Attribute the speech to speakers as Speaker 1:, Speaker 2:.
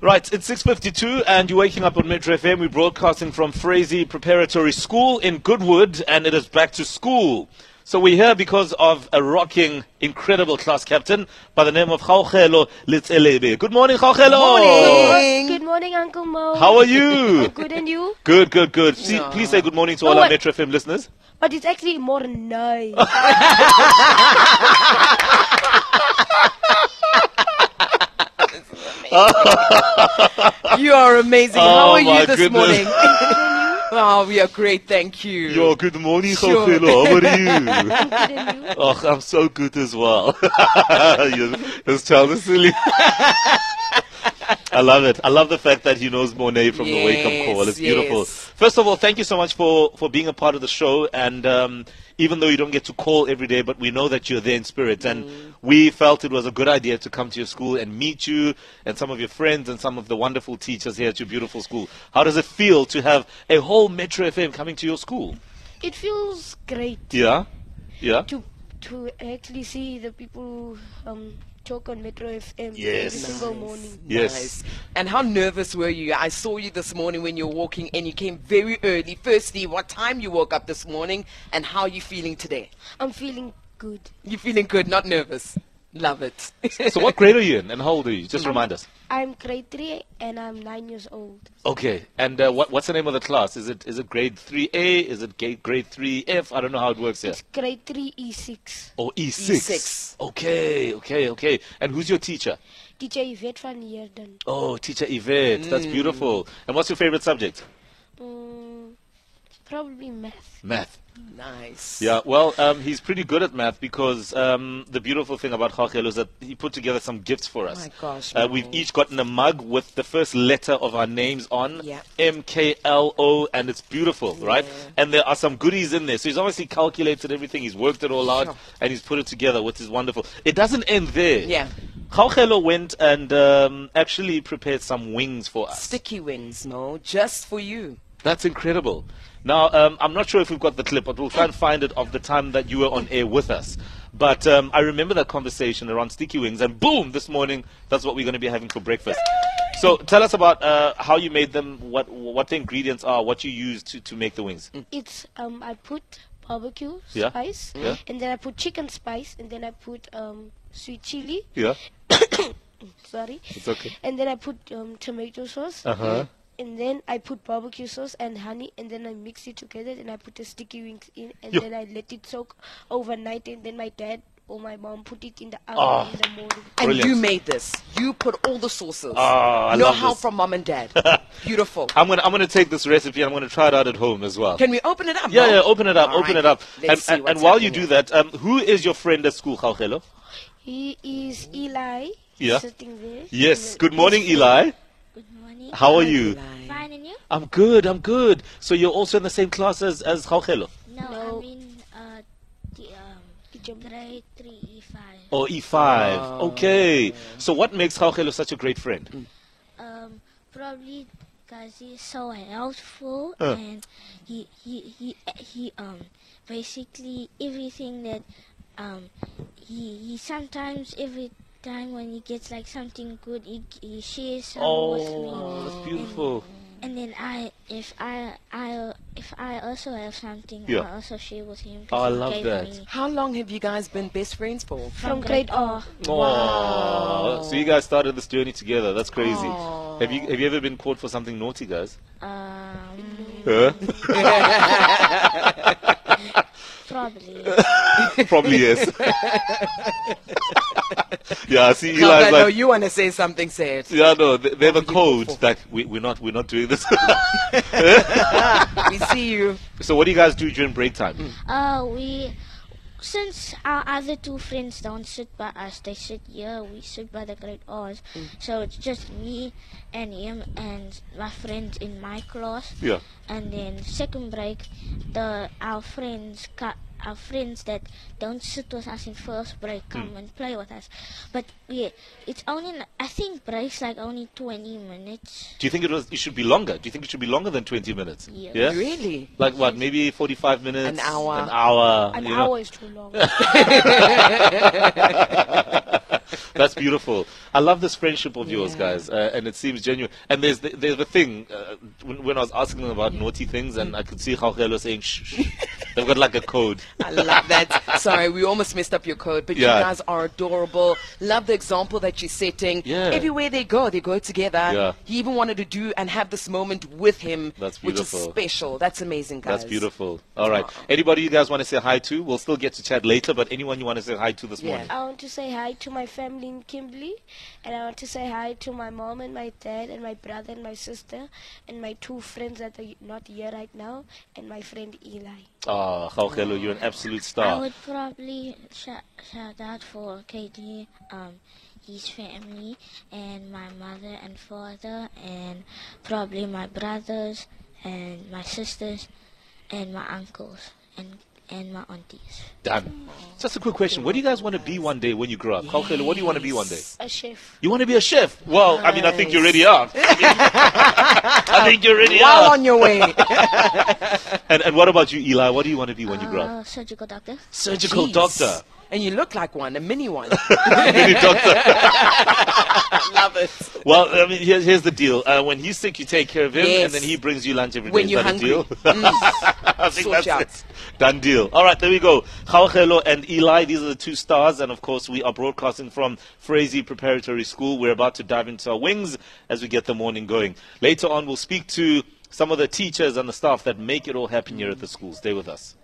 Speaker 1: Right, it's 6.52 and you're waking up on Metro FM. We're broadcasting from Frazee Preparatory School in Goodwood and it is back to school. So we're here because of a rocking, incredible class captain by the name of Khaukhelo Litzelebe. Good morning, Khaukhelo!
Speaker 2: morning.
Speaker 3: Good morning, Uncle Mo.
Speaker 1: How are you?
Speaker 3: Good and you?
Speaker 1: Good, good, good. See, Please say good morning to all
Speaker 3: No,
Speaker 1: our
Speaker 3: wait.
Speaker 1: Metro FM listeners.
Speaker 3: But it's actually more nice.
Speaker 2: You are amazing.
Speaker 1: Oh,
Speaker 2: How are
Speaker 1: my
Speaker 2: you this
Speaker 1: goodness.
Speaker 2: morning? oh, we are great, thank you.
Speaker 1: Yo, good morning,
Speaker 2: Sure.
Speaker 1: Khaukhelo. How are you?
Speaker 3: Good and you?
Speaker 1: Oh, I'm so good as well. You- this child is silly. I love it. I love the fact that he knows Monet from the wake up call. It's
Speaker 2: Yes,
Speaker 1: beautiful.
Speaker 2: yes.
Speaker 1: First of all, thank you so much for, for being a part of the show. And um, even though you don't get to call every day, but we know that you're there in spirit.
Speaker 2: Mm.
Speaker 1: And we felt it was a good idea to come to your school and meet you and some of your friends and some of the wonderful teachers here at your beautiful school. How does it feel to have a whole Metro FM coming to your school?
Speaker 3: It feels great
Speaker 1: Yeah? Yeah?
Speaker 3: to to actually see the people um talk on Metro FM
Speaker 1: Yes.
Speaker 3: every single
Speaker 2: Nice,
Speaker 3: morning.
Speaker 1: Yes.
Speaker 2: nice. And how nervous were you? I saw you this morning when you were walking and you came very early. Firstly, what time you woke up this morning and how are you feeling today?
Speaker 3: I'm feeling good.
Speaker 2: You feeling good, not nervous. Love it.
Speaker 1: So, what grade are you in and how old are you? Just remind us.
Speaker 3: I'm grade three and I'm nine years old.
Speaker 1: Okay, and uh, what, what's the name of the class? Is it is it grade three A? Is it ga- grade three F? I don't know how it works here.
Speaker 3: It's grade three E six.
Speaker 1: Or E six.
Speaker 2: E6.
Speaker 1: Okay, okay, okay. And who's your teacher?
Speaker 3: Teacher Yvette van Heerden.
Speaker 1: Oh, teacher Yvette. That's beautiful. And what's your favorite subject?
Speaker 3: Mm, probably math.
Speaker 1: Math.
Speaker 2: nice.
Speaker 1: Yeah, well, um, he's pretty good at math because um, the beautiful thing about Jochel is that he put together some gifts for us.
Speaker 2: Oh my gosh,
Speaker 1: Uh,
Speaker 2: Mo.
Speaker 1: we've each gotten a mug with the first letter of our names on
Speaker 2: Yeah.
Speaker 1: M K L O, and it's beautiful, right?
Speaker 2: Yeah.
Speaker 1: And there are some goodies in there. So he's obviously calculated everything, he's worked it all out,
Speaker 2: Sure.
Speaker 1: and he's put it together, which is wonderful. It doesn't end there.
Speaker 2: Yeah.
Speaker 1: Jochelo went and um, actually prepared some wings for us.
Speaker 2: Sticky wings, no, just for you.
Speaker 1: That's incredible. Now, um, I'm not sure if we've got the clip, but we'll try and find it of the time that you were on air with us. But um, I remember that conversation around sticky wings, and boom, this morning, that's what we're going to be having for breakfast. So tell us about uh, how you made them, what, what the ingredients are, what you used to, to make the wings.
Speaker 2: Mm.
Speaker 3: It's um I put barbecue
Speaker 1: Yeah.
Speaker 3: spice
Speaker 1: Yeah.
Speaker 3: and then I put chicken spice and then I put um sweet chili.
Speaker 1: Yeah,
Speaker 3: Sorry.
Speaker 1: it's okay.
Speaker 3: And then I put um, tomato sauce.
Speaker 1: Uh-huh.
Speaker 3: And then I put barbecue sauce and honey, and then I mix it together. Then I put the sticky wings in, and
Speaker 1: Yo.
Speaker 3: then I let it soak overnight. And then my dad or my mom put it in the oven
Speaker 1: Ah.
Speaker 3: in the morning.
Speaker 2: And
Speaker 1: Brilliant.
Speaker 2: you made this. You put all the sauces.
Speaker 1: Ah, I
Speaker 2: know
Speaker 1: love
Speaker 2: how
Speaker 1: this.
Speaker 2: from mom and dad. Beautiful.
Speaker 1: I'm going to I'm gonna take this recipe and I'm going to try it out at home as well.
Speaker 2: Can we open it up?
Speaker 1: yeah,
Speaker 2: Mo?
Speaker 1: yeah, open it up,
Speaker 2: All
Speaker 1: open
Speaker 2: right,
Speaker 1: it up.
Speaker 2: Let's
Speaker 1: and
Speaker 2: see
Speaker 1: and,
Speaker 2: what's
Speaker 1: and while you
Speaker 2: happening.
Speaker 1: do that, um, who is your friend at school, Jauchelo?
Speaker 3: He is Eli.
Speaker 1: Yeah.
Speaker 3: Sitting there.
Speaker 1: Yes,
Speaker 3: With
Speaker 1: good morning,
Speaker 3: his-
Speaker 1: Eli.
Speaker 4: Good morning.
Speaker 1: How are you?
Speaker 4: Fine and you?
Speaker 1: I'm good, I'm good. So you're also in the same class as, as Jauchelo?
Speaker 4: No,
Speaker 3: No.
Speaker 4: I mean uh, the, um,
Speaker 3: Teacher
Speaker 4: grade three E five.
Speaker 1: Or E5. Okay. So what makes Jauchelo such a great friend?
Speaker 4: Um, probably because he's so helpful
Speaker 1: Uh.
Speaker 4: and he he he he um basically everything that um he he sometimes every time when he gets like something good he he shares some with
Speaker 1: Oh,
Speaker 4: me.
Speaker 1: that's beautiful.
Speaker 4: And then I, if I, I, if I also have something,
Speaker 1: Yeah.
Speaker 4: I also share with him. 'cause
Speaker 1: Oh, I
Speaker 4: he
Speaker 1: love
Speaker 4: gave
Speaker 1: that.
Speaker 4: me
Speaker 2: How long have you guys been best friends for?
Speaker 3: From grade R.
Speaker 1: Oh, so you guys started this journey together. That's crazy.
Speaker 2: Aw.
Speaker 1: Have you have you ever been caught for something naughty, guys?
Speaker 4: Um,
Speaker 1: Huh?
Speaker 4: probably.
Speaker 1: Probably yes. yeah, I see
Speaker 2: Now that
Speaker 1: Eli's
Speaker 2: I know
Speaker 1: like
Speaker 2: you want to say something, say it.
Speaker 1: yeah, no, they- they're the
Speaker 2: What were you
Speaker 1: code.
Speaker 2: caught
Speaker 1: Like we, we're not, we're not doing this.
Speaker 2: We Mm. see you.
Speaker 1: so, what do you guys do during break time?
Speaker 4: uh, we, since our other two friends don't sit by us, they sit here. We sit by the great Oz. So it's just me and him and my friend in my class.
Speaker 1: Yeah.
Speaker 4: And then second break, the our friends ca- our friends that don't sit with us in first break come and play with us. But we, it's only I think breaks like only twenty minutes.
Speaker 1: Do you think it was? It should be longer. Do you think it should be longer than 20 minutes?
Speaker 4: Yeah.
Speaker 2: Really?
Speaker 1: Like what? Maybe 45 minutes?
Speaker 2: An hour.
Speaker 1: An hour.
Speaker 3: An
Speaker 1: you know?
Speaker 3: hour is too long.
Speaker 1: That's beautiful. I love this friendship of yours, guys, uh, and it seems genuine. And there's the, there's the thing uh, when, when I was asking them about naughty things, and I could see Jorgelo saying, shh, shh. they've got like a code.
Speaker 2: I love that. Sorry, we almost messed up your code, but
Speaker 1: Yeah.
Speaker 2: you guys are adorable. Love the example that you're setting.
Speaker 1: Yeah.
Speaker 2: Everywhere they go, they go together.
Speaker 1: Yeah.
Speaker 2: He even wanted to do and have this moment with him,
Speaker 1: That's
Speaker 2: which
Speaker 1: beautiful.
Speaker 2: is special. That's amazing, guys.
Speaker 1: That's beautiful. All right. Anybody you guys want to say hi to? We'll still get to chat later, but anyone you want to say hi to this
Speaker 2: Yeah.
Speaker 1: morning?
Speaker 3: I want to say hi to my family in Kimberley, and I want to say hi to my mom and my dad and my brother and my sister and my two friends that are not here right now and my friend Eli.
Speaker 1: Ah, Jorgelo, you're an absolute
Speaker 4: I
Speaker 1: star.
Speaker 4: would probably shout, shout out for KD, um, his family, and my mother and father, and probably my brothers, and my sisters, and my uncles, and and my aunties.
Speaker 1: Done. Just a quick question. What do you guys want to be one day when you grow up? Jorgelo, what do you want to be one day?
Speaker 3: A chef.
Speaker 1: You want to be a chef? Well, I mean, I think you already are. I think you already
Speaker 2: Well
Speaker 1: are.
Speaker 2: on your way.
Speaker 1: And, and what about you, Eli? What do you want to be when you grow up?
Speaker 4: Uh, surgical doctor.
Speaker 1: Surgical
Speaker 2: Jeez.
Speaker 1: doctor.
Speaker 2: And you look like one, a mini one. Uh.
Speaker 1: Mini doctor.
Speaker 2: I love it.
Speaker 1: Well, I mean, here's, here's the deal. Uh, when he's sick, you take care of him,
Speaker 2: Yes.
Speaker 1: and then he brings you lunch every day.
Speaker 2: When
Speaker 1: Is
Speaker 2: you're
Speaker 1: that a
Speaker 2: hungry. Mm.
Speaker 1: deal? I think
Speaker 2: Sort
Speaker 1: that's
Speaker 2: out.
Speaker 1: it. Done deal. All right, there we go. Khawkhelo and Eli, these are the two stars. And of course, we are broadcasting from Frazee Preparatory School. We're about to dive into our wings as we get the morning going. Later on, we'll speak to some of the teachers and the staff that make it all happen here at the school. Stay with us.